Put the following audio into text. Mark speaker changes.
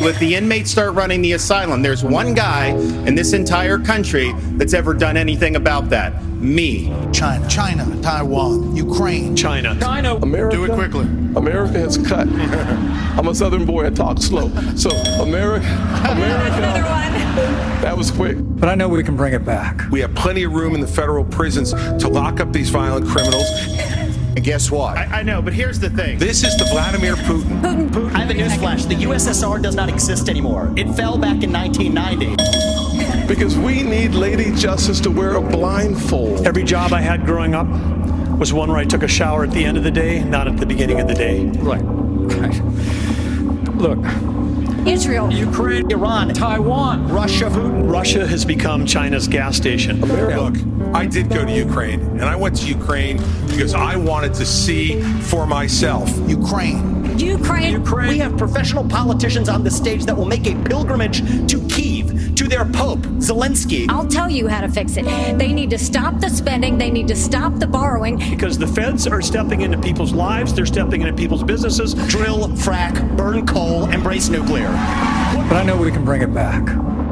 Speaker 1: Let the inmates start running the asylum. There's one guy in this entire country that's ever done anything about that. Me.
Speaker 2: China, China, Taiwan, Ukraine,
Speaker 3: China.
Speaker 4: China.
Speaker 5: America.
Speaker 3: Do it quickly.
Speaker 5: America has cut. I'm a Southern boy. I talk slow. So America.
Speaker 6: Another
Speaker 5: America.
Speaker 6: one.
Speaker 5: That was quick.
Speaker 7: But I know we can bring it back.
Speaker 8: We have plenty of room in the federal prisons to lock up these violent criminals.
Speaker 3: And guess what?
Speaker 1: I, I know, but here's the thing.
Speaker 8: This is the Vladimir Putin.
Speaker 4: I have a newsflash. The USSR does not exist anymore. It fell back in 1990.
Speaker 5: Because we need Lady Justice to wear a blindfold.
Speaker 9: Every job I had growing up was one where I took a shower at the end of the day, not at the beginning of the day.
Speaker 7: Right. Right. Look,
Speaker 6: Israel.
Speaker 4: Ukraine, Iran, Taiwan, Russia, Putin.
Speaker 9: Russia has become China's gas station.
Speaker 8: Look, I did go to Ukraine, and I went to Ukraine because I wanted to see for myself.
Speaker 2: Ukraine,
Speaker 6: Ukraine.
Speaker 4: We have professional politicians on the stage that will make a pilgrimage to Kiev, to their Pope, Zelensky.
Speaker 6: I'll tell you how to fix it. They need to stop the spending. They need to stop the borrowing.
Speaker 9: Because the feds are stepping into people's lives, they're stepping into people's businesses.
Speaker 4: Drill, frack, burn coal, embrace nuclear.
Speaker 7: but I know we can bring it back.